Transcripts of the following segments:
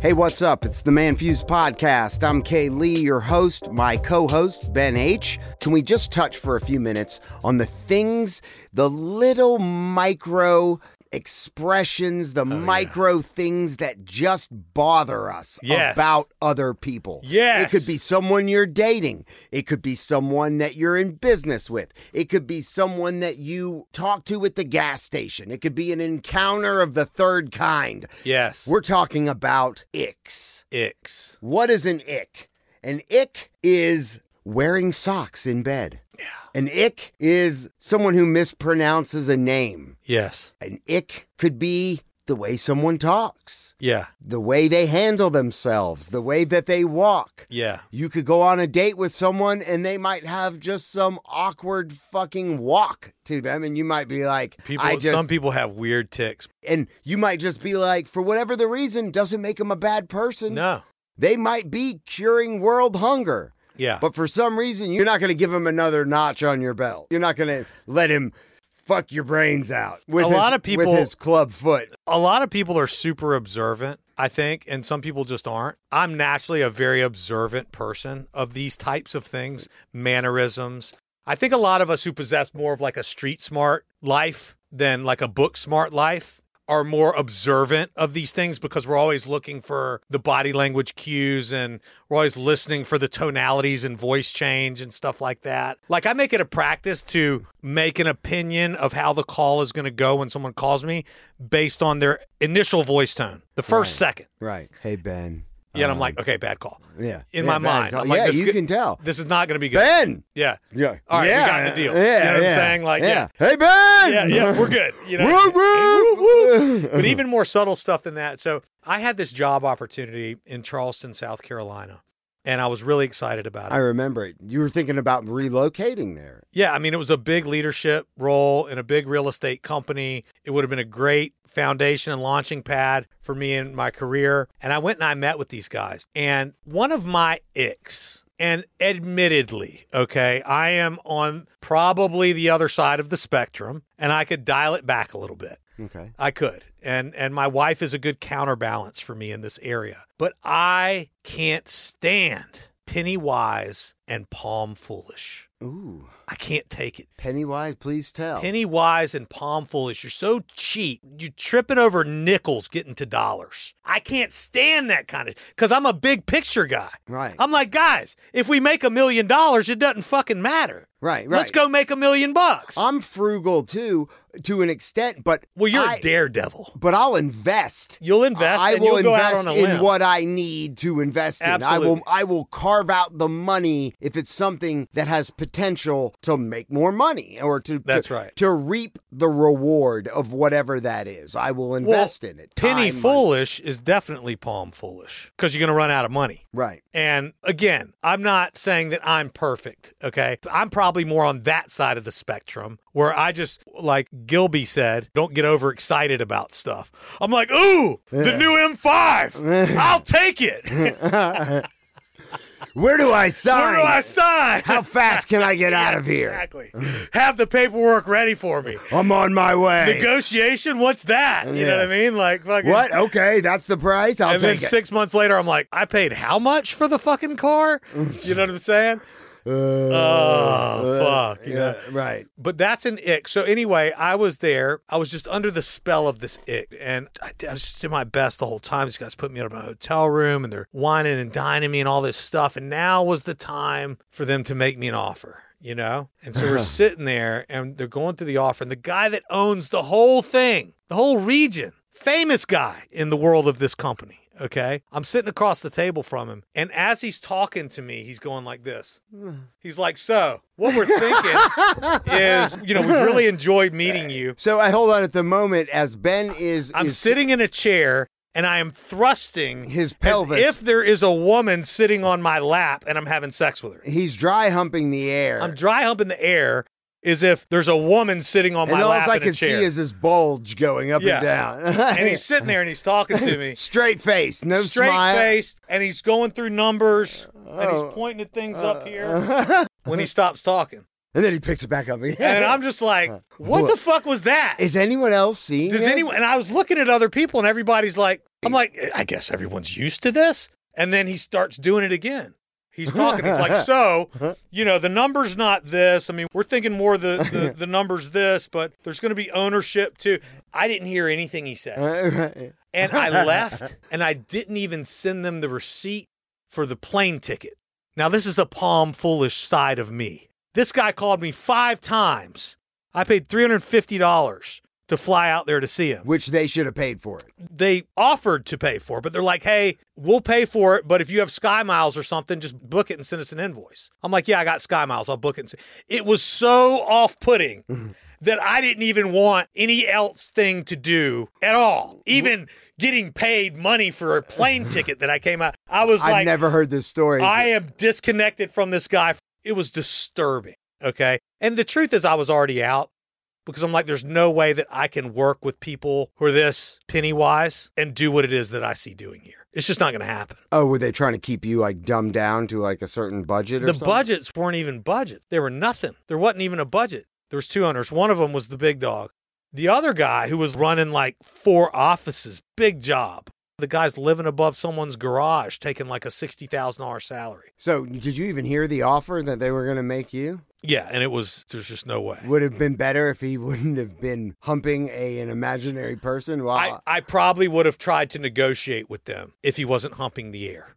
Hey, what's up? It's the Man Fuse Podcast. I'm Kay Lee, your host, my co host, Ben H. Can we just touch for a few minutes on the things, the little micro expressions, the Oh, micro things that just bother us Yes. about other people? Yes. It could be someone you're dating, it could be someone that you're in business with, it could be someone that you talk to at the gas station, it could be an encounter of the third kind. Yes. We're talking about icks. icks. What is an ick? An ick is wearing socks in bed. Yeah. An ick is someone who mispronounces a name. Yes. An ick could be the way someone talks, Yeah. the way they handle themselves, the way that they walk. Yeah. You could go on a date with someone and they might have just some awkward fucking walk to them, and you might be like, People. I just, some people have weird ticks. and you might just be like, for whatever the reason, doesn't make them a bad person. No. They might be curing world hunger, Yeah. but for some reason, you're not going to give him another notch on your belt. You're not going to let him fuck your brains out with A his- lot of people- with his club foot. a lot of people are super observant. I think, and some people just aren't. I'm naturally a very observant person of these types of things, mannerisms. I think a lot of us who possess more of like a street smart life than like a book smart life are more observant of these things because we're always looking for the body language cues and we're always listening for the tonalities and voice change and stuff like that. Like I make it a practice to make an opinion of how the call is going to go when someone calls me based on their initial voice tone, the first second. Right. Uh-huh. Hey Ben. Yeah, and I'm like, okay, bad call. yeah. In Yeah, my bad mind, call. I'm like, yeah, this is you good- can tell. This is not going to be good. Ben. Yeah. Yeah. All right, we yeah, got the deal. Yeah. You know what I'm yeah. saying? Like, Hey Ben. Yeah, yeah, we're good. You know? Woo, woo, woo. but even more subtle stuff than that. So I had this job opportunity in Charleston, South Carolina, and I was really excited about it. I remember it. You were thinking about relocating there. yeah, I mean, it was a big leadership role in a big real estate company. It would have been a great foundation and launching pad for me in my career. And I went and I met with these guys. And one of my icks, and admittedly, okay, I am on probably the other side of the spectrum, and I could dial it back a little bit. Okay. I could. And and my wife is a good counterbalance for me in this area. But I can't stand penny wise and palm foolish. Ooh. I can't take it. Pennywise, please tell. Penny wise and palm foolish. You're so cheap. You're tripping over nickels getting to dollars. I can't stand that kind of because I'm a big picture guy. right. I'm like, guys, if we make a million dollars, it doesn't fucking matter. right. Right. Let's go make a million bucks. I'm frugal too, to an extent, but well, you're a I- daredevil. but I'll invest. You'll invest. I and will you'll go out invest on a in limb. what I need to invest in. I will Absolutely. I will carve out the money if it's something that has potential to make more money or to That's to, right. to reap the reward of whatever that is. I will invest in it. Time, Penny money. foolish is definitely palm foolish because you're going to run out of money. Right. And again, I'm not saying that I'm perfect. Okay. I'm probably more on that side of the spectrum where I just, like Gilby said, don't get overexcited about stuff. I'm like, ooh, the new M5. I'll take it. Where Where do I sign? do I sign? How fast can I get out of here? Exactly. Have the paperwork ready for me. I'm on my way. Negotiation? What's that? You know Yeah. what I mean? Like, fucking. what? Okay, that's the price. I'll and then take it. six months later, I'm like, I paid how much for the fucking car? you know what I'm saying? Uh, Oh, fuck. you know? yeah, right. But that's an ick. So anyway, I was there. I was just under the spell of this ick, and I, I was just doing my best the whole time. These guys put me out of my hotel room, and they're whining and dining me and all this stuff. And now was the time for them to make me an offer. You know, and so we're sitting there, and they're going through the offer, and the guy that owns the whole thing, the whole region, famous guy in the world of this company. Okay, I'm sitting across the table from him, and as he's talking to me, he's going like this. He's like, "So, what we're thinking is, you know, we've really enjoyed meeting you. So I hold on at the moment as Ben is I'm is sitting in a chair and I am thrusting His as pelvis. if there is a woman sitting on my lap and I'm having sex with her. He's dry humping the air. I'm dry humping the air as if there's a woman sitting on and my all lap I in can a chair. see is his bulge going up Yeah. and down. and he's sitting there and he's talking to me. straight face, no straight smile. faced, and he's going through numbers and Oh. uh. he's pointing at things up here when he stops talking. and then he picks it back up again. And I'm just like, what the fuck was that? Is anyone else seeing? Does this? anyone? And I was looking at other people, and everybody's like, I'm like, I guess everyone's used to this. And then he starts doing it again. He's talking. He's like, so, you know, the number's not this. I mean, we're thinking more the the, the number's this, but there's going to be ownership too. I didn't hear anything he said, and I left, and I didn't even send them the receipt for the plane ticket. Now, this is a palm foolish side of me. This guy called me five times. I paid three hundred fifty dollars to fly out there to see him Which they should have paid for it. they offered to pay for it, but they're like, hey, we'll pay for it, but if you have Sky Miles or something, just book it and send us an invoice. I'm like, yeah, I got Sky Miles. I'll book it. And send. It was so off putting that I didn't even want any else thing to do at all, even getting paid money for a plane ticket that I came out. I was I've like, never heard this story. I am disconnected from this guy. It was disturbing. Okay. And the truth is, I was already out because I'm like, there's no way that I can work with people who are this penny wise and do what it is that I see doing here. It's just not going to happen. oh, were they trying to keep you like dumbed down to like a certain budget? Or The something? budgets weren't even budgets. They were nothing. There wasn't even a budget. There was two owners. One of them was the big dog. The other guy who was running like four offices, big job. The guy's living above someone's garage, taking like a sixty thousand dollar salary. So, did you even hear the offer that they were going to make you? Yeah, and it was there's just no way. Would have been better if he wouldn't have been humping a an imaginary person. While I, I probably would have tried to negotiate with them if he wasn't humping the air.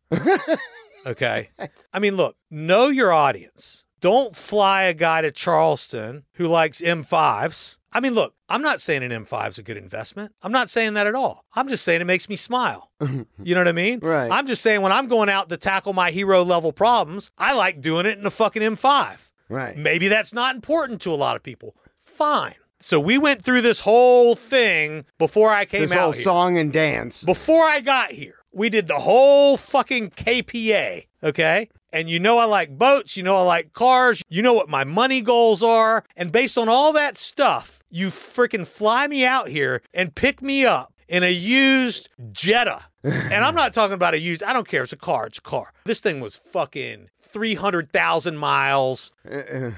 okay. I mean, look, know your audience. Don't fly a guy to Charleston who likes M5s. I mean, look, I'm not saying an M5 is a good investment. I'm not saying that at all. I'm just saying it makes me smile. You know what I mean? Right. I'm just saying when I'm going out to tackle my hero level problems, I like doing it in a fucking M5. right. Maybe that's not important to a lot of people. Fine. So we went through this whole thing before I came this whole out. Here. song and dance. Before I got here, we did the whole fucking KPA, okay? And you know I like boats, you know I like cars, you know what my money goals are, and based on all that stuff, you freaking fly me out here and pick me up in a used Jetta. and I'm not talking about a used, I don't care, it's a car, it's a car. This thing was fucking 300,000 miles,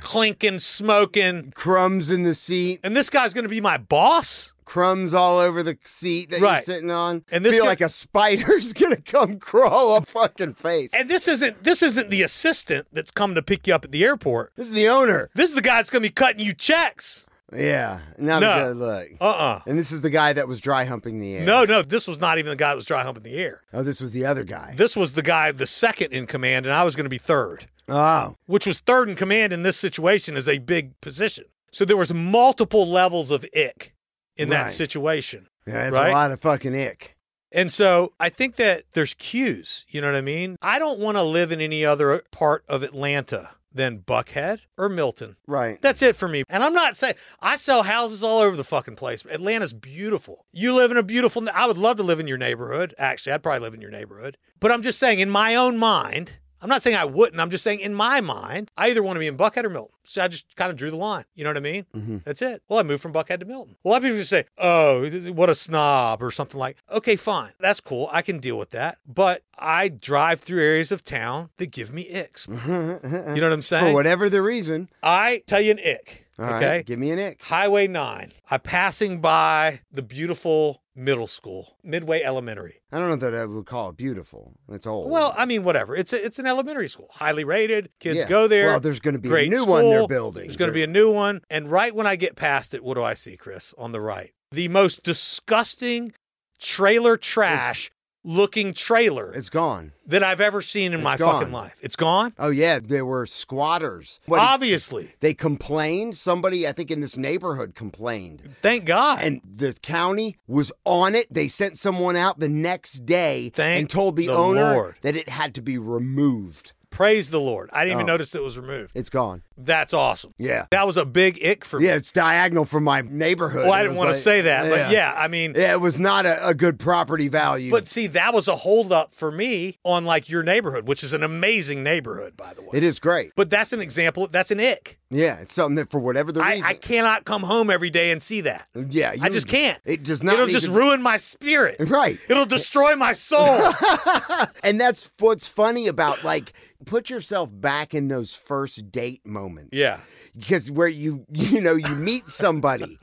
clinking, smoking. Crumbs in the seat, And this guy's gonna be my boss? crumbs all over the seat that you're Right. sitting on. And this feel guy- like a spider's gonna come crawl up fucking face. And this isn't this isn't the assistant that's come to pick you up at the airport. This is the owner. This is the guy that's gonna be cutting you checks. Yeah, not No. a good look. Uh uh And this is the guy that was dry humping the air. No, no, this was not even the guy that was dry humping the air. Oh, this was the other guy. This was the guy, the second in command, and I was going to be third, Oh. which was third in command in this situation is a big position. So there was multiple levels of ick in Right. that situation. Yeah, that's Right? a lot of fucking ick. And so I think that there's cues, you know what I mean? I don't want to live in any other part of Atlanta than Buckhead or Milton. Right. That's it for me. And I'm not saying I sell houses all over the fucking place. Atlanta's beautiful. You live in a beautiful. I would love to live in your neighborhood. Actually, I'd probably live in your neighborhood. But I'm just saying, in my own mind, I'm not saying I wouldn't. I'm just saying, in my mind, I either want to be in Buckhead or Milton. So I just kind of drew the line. You know what I mean? Mm-hmm. That's it. Well, I moved from Buckhead to Milton. A lot of people just say, oh, th- th- what a snob or something like, okay, fine. That's cool. I can deal with that. But I drive through areas of town that give me icks. You know what I'm saying? For whatever the reason. I tell you an ick. All right, okay. Give me an ick. Highway 9. I'm passing by the beautiful middle school, Midway Elementary. I don't know that I would call it beautiful. It's old. Well, I mean, whatever. It's a, it's an elementary school, highly rated. Kids Yeah. go there. Well, there's going to be Great a new one they're school. building. There's going to be a new one. And right when I get past it, what do I see, Chris, on the right? The most disgusting trailer trash looking trailer It's gone. that I've ever seen in It's my gone. fucking life. It's gone? Oh yeah, there were squatters. What, Obviously. they complained. Somebody, I think, in this neighborhood complained. Thank God. and the county was on it. They sent someone out the next day Thank and told the, the owner Lord. that it had to be removed. Praise the Lord. I didn't even Oh. notice it was removed. It's gone. That's awesome. Yeah. That was a big ick for me. Yeah, it's diagonal from my neighborhood. Well, I It didn't was want like- to say that, but yeah, I mean, Yeah, it was not a, a good property value. but see, that was a holdup for me on like your neighborhood, which is an amazing neighborhood, by the way. it is great. But that's an example. That's an ick. Yeah, it's something that for whatever the I, reason. I cannot come home every day and see that. yeah, you, I just can't. It does not. It'll need just to- ruin my spirit. Right. It'll destroy my soul. And that's what's funny about like put yourself back in those first date moments. yeah. because where you you know you meet somebody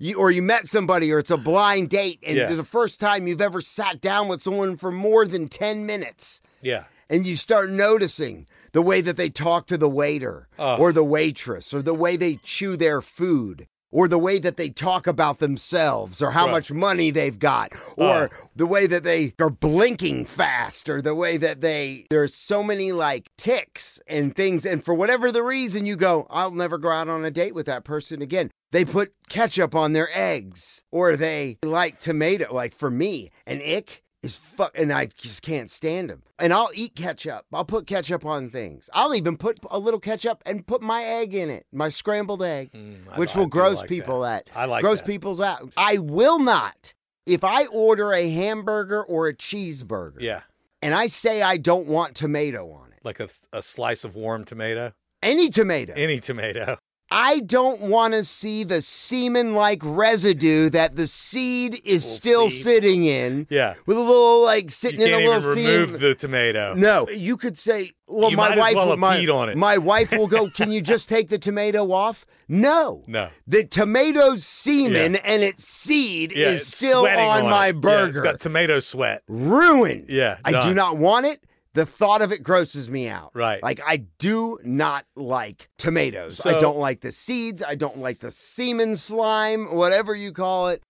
you, or you met somebody or it's a blind date and Yeah. the first time you've ever sat down with someone for more than 10 minutes Yeah. and you start noticing the way that they talk to the waiter Ugh. or the waitress or the way they chew their food or the way that they talk about themselves or how Right. much money they've got or Ugh. the way that they are blinking fast or the way that they there's so many like ticks and things and for whatever the reason you go I'll never go out on a date with that person again they put ketchup on their eggs or they like tomato like for me an ick is fuck and I just can't stand them and I'll eat ketchup I'll put ketchup on things I'll even put a little ketchup and put my egg in it my scrambled egg Mm, I- which I will do gross like people that. out. I like gross that. people's out. I will not. If I order a hamburger or a cheeseburger, Yeah. and I say I don't want tomato on it, Like a, a slice of warm tomato, any tomato, any tomato. I don't want to see the semen-like residue that the seed is Little still seed. sitting in, Yeah. with a little like You sitting in can't a little even remove seam. the tomato. No, you could say, "Well, You my might as wife, well have my, peed on it. my wife will go. Can you just take the tomato off?" No, No. the tomato's semen Yeah. and its seed Yeah, is it's still on, sweating on, my it. Yeah, it's burger. got tomato sweat. Ruined. Yeah, I do done. not want it. The thought of it grosses me out. Right. Like I do not like tomatoes. I So- don't like the seeds. I don't like the semen slime, whatever you call it.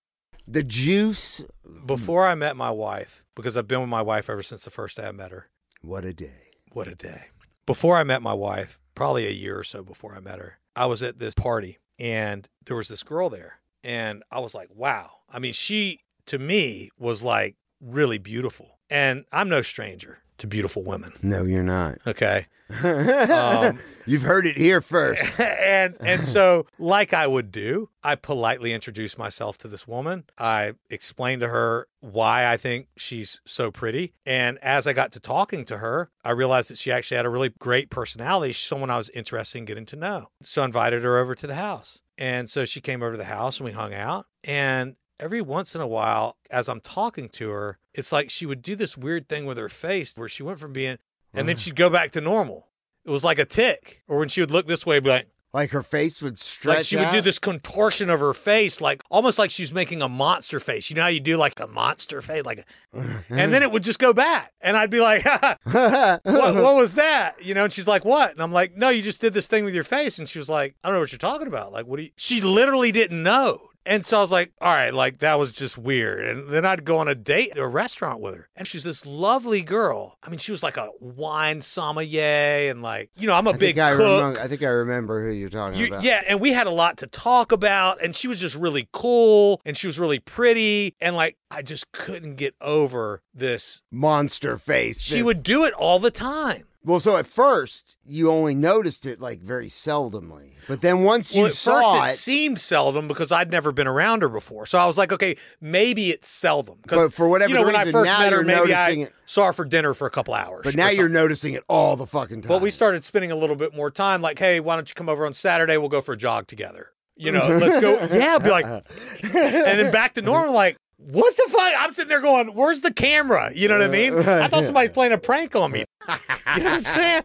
The juice. Before I met my wife, because I've been with my wife ever since the first day I met her, What a day. What a day. Before I met my wife, probably a year or so before I met her, I was at this party and there was this girl there. And I was like, wow. I mean, she to me was like really beautiful. And I'm no stranger to beautiful women. No, you're not. Okay. Um, You've heard it here first. and and so like I would do, I politely introduced myself to this woman. I explained to her why I think she's so pretty. And as I got to talking to her, I realized that she actually had a really great personality, She's someone I was interested in getting to know. So I invited her over to the house. And so she came over to the house and we hung out. And every once in a while, as I'm talking to her, it's like she would do this weird thing with her face where she went from being and then she'd go back to normal. It was like a tick. Or when she would look this way, be like, Like her face would stretch. like she would do out. this contortion of her face, like almost like she's making a monster face. You know how you do like a monster face, like, and Mm. then it would just go back, and I'd be like, "Ha, ha, what, "What was that?" You know, and she's like, "What?" And I'm like, "No, you just did this thing with your face," and she was like, "I don't know what you're talking about." Like, what do you? She literally didn't know. And so I was like, all right, like that was just weird. And then I'd go on a date at a restaurant with her. And she's this lovely girl. I mean, she was like a wine sommelier and like, you know, I'm a I big think I, cook. remember, I think I remember who you're talking You- about. yeah, and we had a lot to talk about, and she was just really cool, and she was really pretty, and like I just couldn't get over this. Monster face. She this- would do it all the time. Well, so at first you only noticed it like very seldomly, but then once you well, at saw first it, it, seemed seldom because I'd never been around her before, so I was like, okay, maybe it's seldom. 'Cause, But for whatever you know, when I reason, first now met her, you're maybe I noticing it. saw her for dinner for a couple hours. but or now you're something. noticing it all the fucking time. But we started spending a little bit more time, like, hey, why don't you come over on Saturday? We'll go for a jog together. You know, let's go. Yeah, Uh-huh. be like, and then back to normal. Like, what the fuck? I'm sitting there going, "Where's the camera?" You Uh, know what I mean? I thought somebody's playing a prank on me. You know what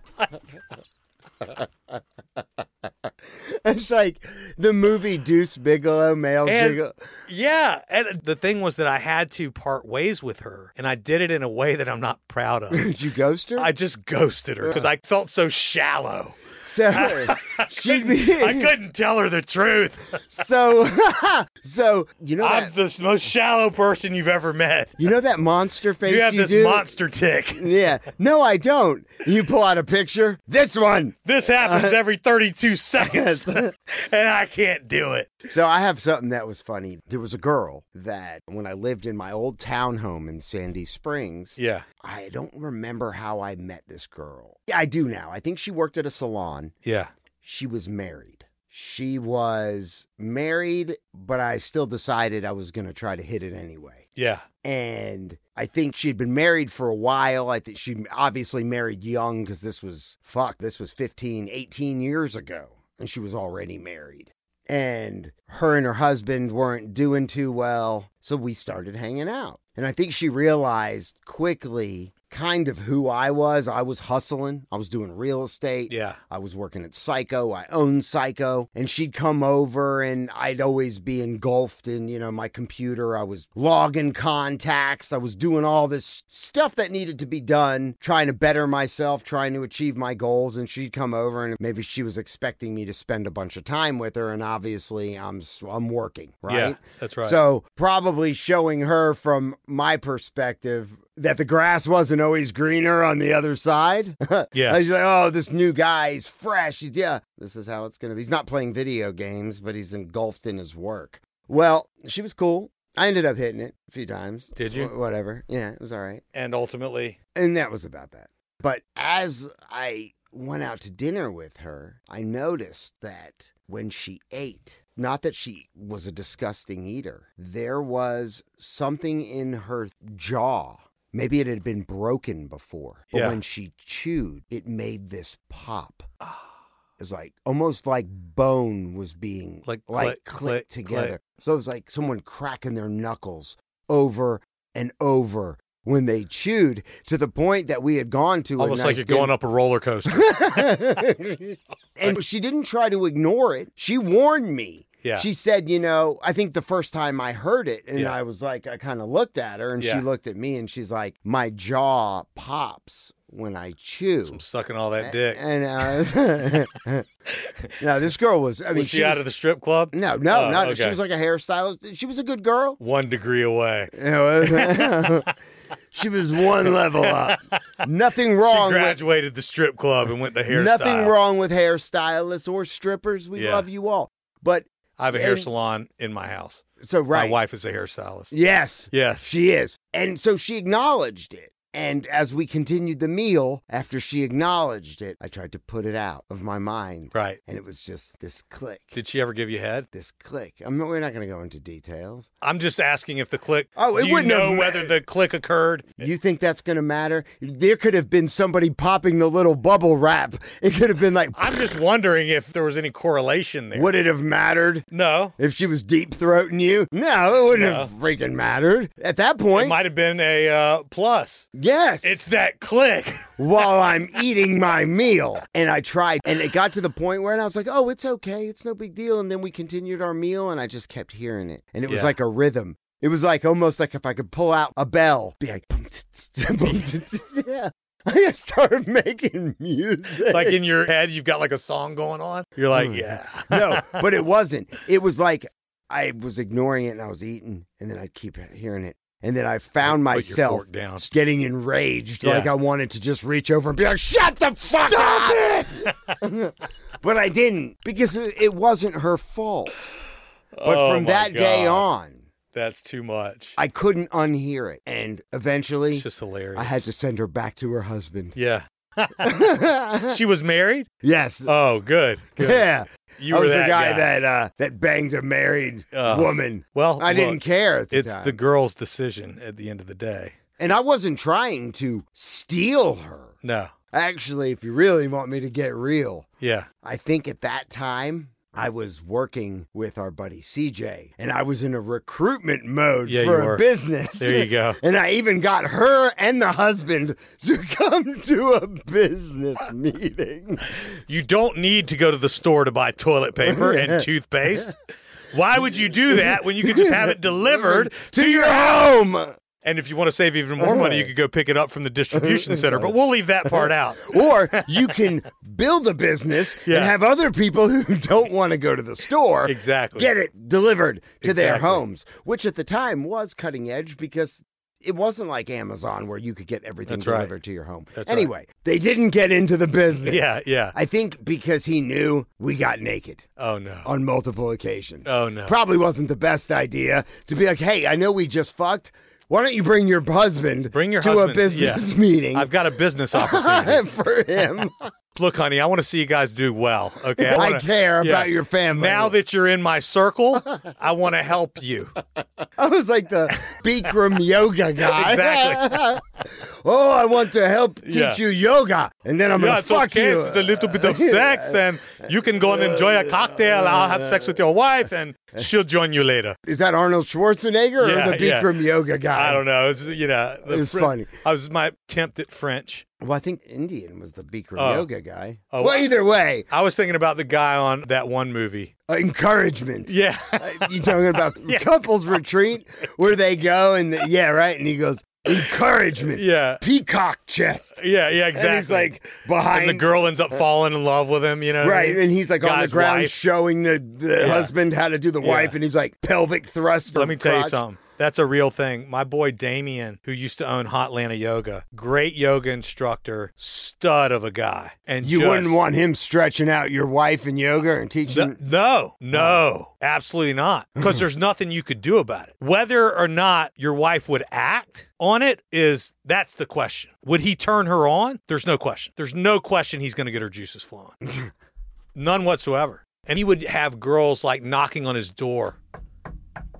I'm saying? it's like the movie Deuce Bigelow, male And- Bigelow. yeah. And the thing was that I had to part ways with her, and I did it in a way that I'm not proud of. Did you ghost her? I just ghosted her because I felt so shallow. so she'd be I couldn't tell her the truth. so so. You know I'm that the most shallow person you've ever met. you know that monster face You have this do? monster tick. Yeah, no, I don't. You pull out a picture. This one. This Uh, happens every 32 seconds, and I can't do it. So I have something that was funny. There was a girl that when I lived in my old townhome in Sandy Springs, Yeah. I don't remember how I met this girl. Yeah, I do now. I think she worked at a salon. Yeah. She was married. She was married, but I still decided I was going to try to hit it anyway. Yeah. And I think she'd been married for a while. I think she obviously married young because this was, fuck, this was 15, 18 years ago. And she was already married. And her and her husband weren't doing too well. So we started hanging out. And I think she realized quickly kind of who I was. I was hustling, I was doing real estate. Yeah. I was working at Psycho. I owned Psycho. And she'd come over and I'd always be engulfed in, you know, my computer. I was logging contacts. I was doing all this stuff that needed to be done, trying to better myself, trying to achieve my goals. And she'd come over and maybe she was expecting me to spend a bunch of time with her. And obviously I'm, s- I'm working, right? Yeah. That's right. So probably showing her from my perspective that the grass wasn't always greener on the other side. Yeah. She's like, oh, this new guy, he's fresh. He's, yeah, this is how it's going to be. He's not playing video games, but he's engulfed in his work. Well, she was cool. I ended up hitting it a few times. Did you? Wh- whatever. Yeah, it was all right. and ultimately, And that was about that. But as I went out to dinner with her, I noticed that when she ate, not that she was a disgusting eater, there was something in her jaw. Maybe it had been broken before, but Yeah. when she chewed, it made this pop. Ah. It was like almost like bone was being Like like click, clicked click, together. So it was like someone cracking their knuckles over and over when they chewed to the point that we had gone to almost like you're going up a roller coaster. and she didn't try to ignore it. She warned me. Yeah. She said, you know, I think the first time I heard it, and Yeah. I was like, I kind of looked at her, and Yeah. she looked at me, and she's like, my jaw pops when I I'm chew. sucking all that dick. And I was, no, this girl was. I mean, Mm. was she, out was- of the strip club? no, no, Oh, no. She okay. was like a hairstylist. She was a good girl. One degree away. You know, she was one level up. Nothing wrong. she with- graduated the strip club and went to hairstyle. Nothing wrong with hairstylists or strippers. We Yeah. love you all. But I have a hair And- salon in my house. so right. My wife is a hairstylist. Yes. Yes. She is. And so she acknowledged it. And as we continued the meal, after she acknowledged it, I tried to put it out of my mind. right. And it was just this click. Did she ever give you head? this click. I'm not, we're not going to go into details. I'm just asking if the click. Oh, it do you wouldn't have know ma- whether the click occurred. You think that's going to matter? There could have been somebody popping the little bubble wrap. It could have been like, I'm just wondering if there was any correlation there. would it have mattered? No. If she was deep throating you, no, it wouldn't No. have freaking mattered at that It point. might have been a uh, plus. yes, It's that click. while I'm eating my meal, and I tried, and it got to the point where I was like, "Oh, it's okay, it's no big deal." And then we continued our meal, and I just kept hearing it, and it was Yeah. like a rhythm. It was like almost like if I could pull out a bell, be like, boom, tsk, tsk, boom, tsk, tsk. yeah. I just started making music, like in your head, you've got like a song going on. You're like, Mm. yeah. no, but it wasn't. It was like I was ignoring it and I was eating, and then I'd keep hearing it. And then I found Put your myself fork down. getting enraged, Yeah. like I wanted to just reach over and be like, "Shut the fuck up!" but I didn't because it wasn't her fault. But Oh from my that day God. on, That's too much. I couldn't unhear it, and eventually, it's just hilarious. I had to send her back to her husband. Yeah. She was married? yes. Oh, good. Oh, good. Yeah, You I were was that the guy, that uh, that banged a married Uh, woman. Well, I didn't look, care. At the It's time. the girl's decision at the end of the day. and I wasn't trying to steal her. No. Actually, if you really want me to get real, Yeah. I think at that time I was working with our buddy CJ, and I was in a recruitment mode Yeah, for you a were. business. There you go. And I even got her and the husband to come to a business meeting. You don't need to go to the store to buy toilet paper and toothpaste. Why would you do that when you could just have it delivered to your home? And if you want to save even more money, you could go pick it up from the distribution center, but we'll leave that part out. Or you can build a business Yeah. and have other people who don't want to go to the store Exactly. get it delivered to their Exactly. homes, which at the time was cutting edge because it wasn't like Amazon where you could get everything That's right. delivered to your home. That's right. anyway, they didn't get into the business. Yeah, yeah. I think because he knew we got naked Oh no. on multiple occasions. Oh no. Probably wasn't the best idea to be like, hey, I know we just fucked. Why don't you bring your husband Bring your to a husband, business yeah. meeting? I've got a business opportunity. for him. Look, honey, I want to see you guys do well. Okay. I, wanna- care yeah. about your family. Now that you're in my circle, I want to help you. I was like the Bikram yoga guy. Exactly. oh, I want to help teach Yeah. you yoga, and then I'm Yeah, gonna it's fuck okay. you. It's just a little bit of sex, and you can go and enjoy a cocktail. I'll have sex with your wife, and she'll join you later. Is that Arnold Schwarzenegger or Yeah, the yeah. Bikram yoga guy? I don't know. It's you know, the It's Fr- funny. I was my attempt at French. Well, I think Indian was the Bikram Oh. yoga guy. Oh, well, I- either way, I was thinking about the guy on that one movie. uh, encouragement. Uh, Yeah, you talking about couples retreat where they go and yeah, right? And he goes encouragement, yeah, peacock chest, yeah, yeah. Exactly. and he's like And behind the girl ends up falling in love with him. You know, what I Right, mean? and he's like on the Guy's ground wife. showing the, the Yeah. husband how to do the Yeah. wife, and he's like pelvic thrust. or Let me tell you crotch. something. That's a real thing. My boy Damien, who used to own Hotlanta Yoga, great yoga instructor, stud of a guy. And You just- wouldn't want him stretching out your wife in yoga and teaching. Th- no, no, absolutely not. Because there's nothing you could do about it. Whether or not your wife would act on it is that's the question. Would he turn her on? There's no question. There's no question he's going to get her juices flowing. None whatsoever. And he would have girls like knocking on his door,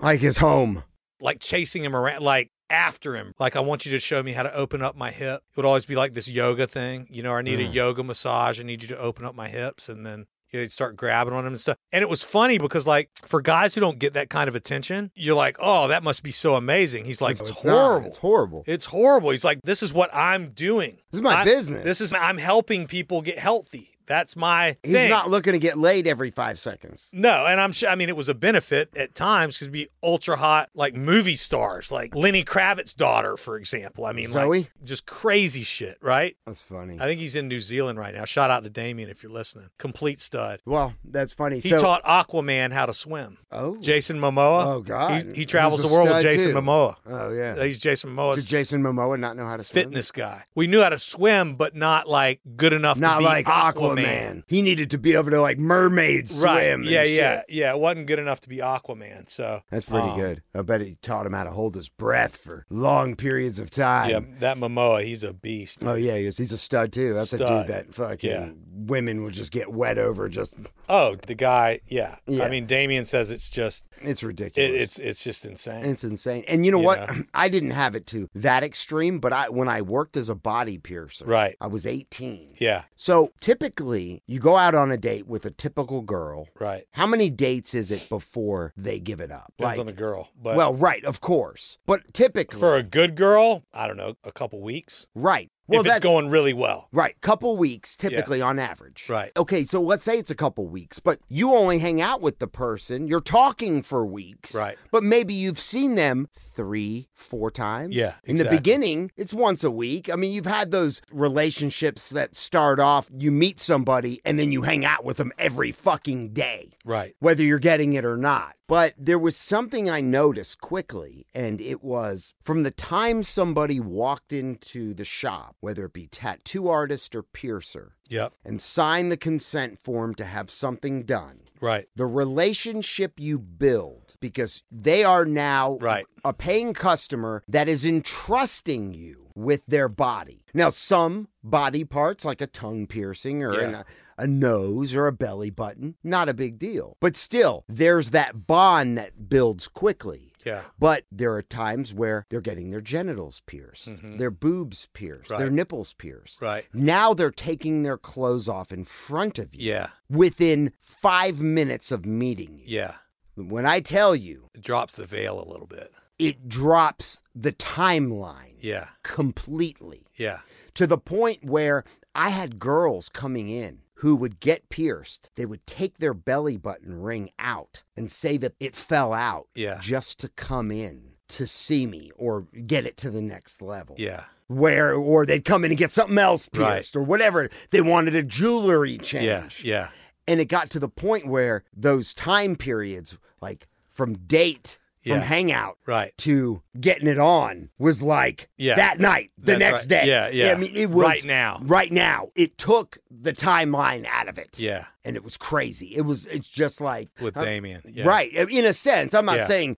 like his home. like chasing him around, like after him. Like, I want you to show me how to open up my hip. It would always be like this yoga thing. You know, I need a Mm. yoga massage. I need you to open up my hips. And then they'd start grabbing on him and stuff. And it was funny because, like, for guys who don't get that kind of attention, you're like, oh, that must be so amazing. He's like, No, it's, not. horrible. It's horrible. It's horrible. He's like, this is what I'm doing. This is my I- business. This is, I'm helping people get healthy. That's my he's thing. not looking to get laid every five seconds. No, and I'm sure. I mean, it was a benefit at times because be ultra hot like movie stars, like Lenny Kravitz's daughter, for example. I mean, Zoe? like just crazy shit, right? That's funny. I think he's in New Zealand right now. Shout out to Damien if you're listening. Complete stud. well, that's funny. He so, taught Aquaman how to swim. oh, Jason Momoa. Oh, God. He, he travels He's a the world with stud, Jason too. Momoa. oh yeah. He's Jason Did Momoa's Jason Momoa not know how to swim? fitness guy. We knew how to swim, but not like good enough. to Not be like Aquaman. Aquaman. He needed to be able to like mermaid swim. and Yeah, shit. yeah, yeah. It wasn't good enough to be Aquaman. So That's pretty um, good. I bet he taught him how to hold his breath for long periods of time. Yeah, that Momoa, he's a beast. Oh yeah, he is. he's a stud too. That's a Stud. dude that fucking Yeah. women will just get wet over. Just Oh, the guy. Yeah. Yeah. I mean, Damien says it's just it's it, ridiculous. it's it's just insane. It's insane. And you know what? Yeah. I didn't have it to that extreme, but I when I worked as a body piercer, Right. I was 18. Yeah. So typically, you go out on a date with a typical girl. Right. How many dates is it before they give it up? Depends Like- on the girl. But well, right, of course, but typically, for a good girl, I don't know, a couple weeks. right. Well, if that's it's going really well. Right, couple weeks typically on average. Right. Okay, so let's say it's a couple weeks, but you only hang out with the person, you're talking for weeks. Right. But maybe you've seen them 3, 4 times. Yeah, In the exactly. beginning, it's once a week. I mean, you've had those relationships that start off you meet somebody and then you hang out with them every fucking day Right. whether you're getting it or not. But there was something I noticed quickly, and it was from the time somebody walked into the shop, whether it be tattoo artist or piercer, Yep. and signed the consent form to have something done. Right. The relationship you build because they are now Right. a paying customer that is entrusting you with their body. Now, some body parts, like a tongue piercing or Yeah. an- a nose or a belly button, not a big deal. But still, there's that bond that builds quickly. Yeah. But there are times where they're getting their genitals pierced, their boobs pierced, their Mm-hmm. Right. nipples pierced. Right. Now they're taking their clothes off in front of you Yeah. within five minutes of meeting you. Yeah. When I tell you, It drops the veil a little bit. it drops the timeline Yeah. completely Yeah. to the point where I had girls coming in who would get pierced. They would take their belly button ring out and say that it fell out Yeah. just to come in to see me or get it to the next level. Yeah. Where, or they'd come in and get something else Right. pierced or whatever. They wanted a jewelry change. Yeah. Yeah. And it got to the point where those time periods, like from date, Yeah. from hangout, Right. to getting it on was like Yeah. that night, the That's next right. day. Yeah, yeah. I mean, it was Right now. Right now, it took the timeline out of it. Yeah. and it was crazy. It was. It's just like With uh, Damien. Yeah. right. I- In a sense, I'm not Yeah. saying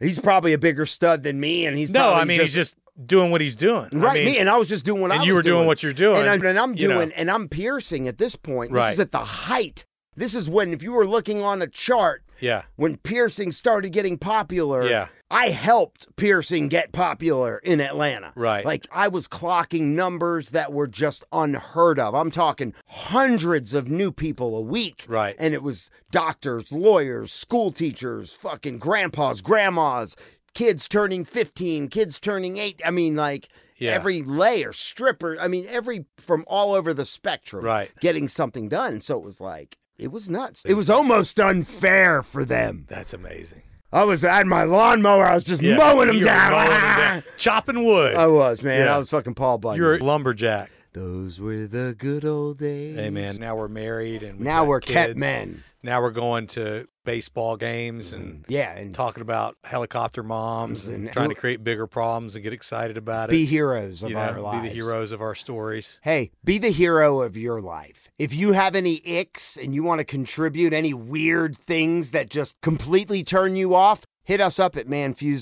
he's probably a bigger stud than me, and he's No, probably I mean just, he's just doing what he's doing. I right mean, me, and I was just doing what and I you was were doing, what you're doing. and I'm, and I'm you know. doing, and I'm piercing at this point. This Right. is at the height. This is when, if you were looking on a chart, Yeah. when piercing started getting popular. Yeah. I helped piercing get popular in Atlanta. Right. Like I was clocking numbers that were just unheard of. I'm talking hundreds of new people a week. Right. And it was doctors, lawyers, school teachers, fucking grandpas, grandmas, kids turning 15, kids turning 8. I mean like Yeah. every layer, stripper, I mean every from all over the spectrum Right. getting something done. So it was like it was nuts. It was almost unfair for them. That's amazing. I was at my lawnmower. I was just Yeah. mowing them You were down. mowing 'em down. Oh, Chopping wood. I was, man. Yeah. I was fucking Paul Bunyan. You're a lumberjack. Those were the good old days. Hey man, now we're married and we Now got we're kids. kept men. Now we're going to baseball games and Yeah, and talking about helicopter moms Mm. and, And- trying to create bigger problems and get excited about be it. heroes of you our know, lives. be the heroes of our stories. Hey, be the hero of your life. If you have any icks and you want to contribute any weird things that just completely turn you off, hit us up at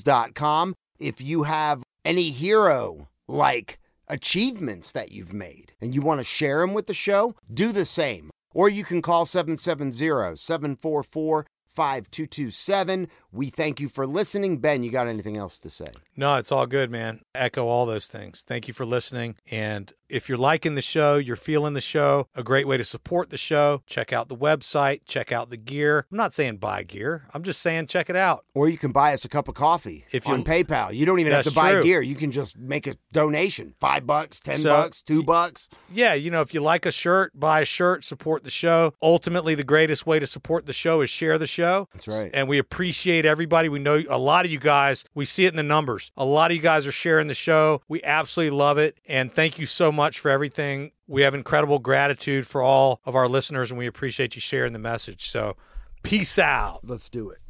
manfuse.com. If you have any hero like achievements that you've made and you want to share them with the show, do the same. Or you can call 770 744 5227. We thank you for listening. Ben, you got anything else to say? No, it's all good, man. Echo all those things. Thank you for listening. And if you're liking the show, you're feeling the show, a great way to support the show, check out the website, check out the gear. I'm not saying buy gear, I'm just saying check it out. Or you can buy us a cup of coffee If on you- PayPal. You don't even have to That's buy true. gear. You can just make a donation. Five bucks, ten So- bucks, two bucks. Yeah, you know, if you like a shirt, buy a shirt, support the show. Ultimately, the greatest way to support the show is share the show. That's right. And we appreciate everybody. We know a lot of you guys, we see it in the numbers. A lot of you guys are sharing the show. We absolutely love it. And thank you so much for everything. We have incredible gratitude for all of our listeners, and we appreciate you sharing the message. So, peace out. Let's do it.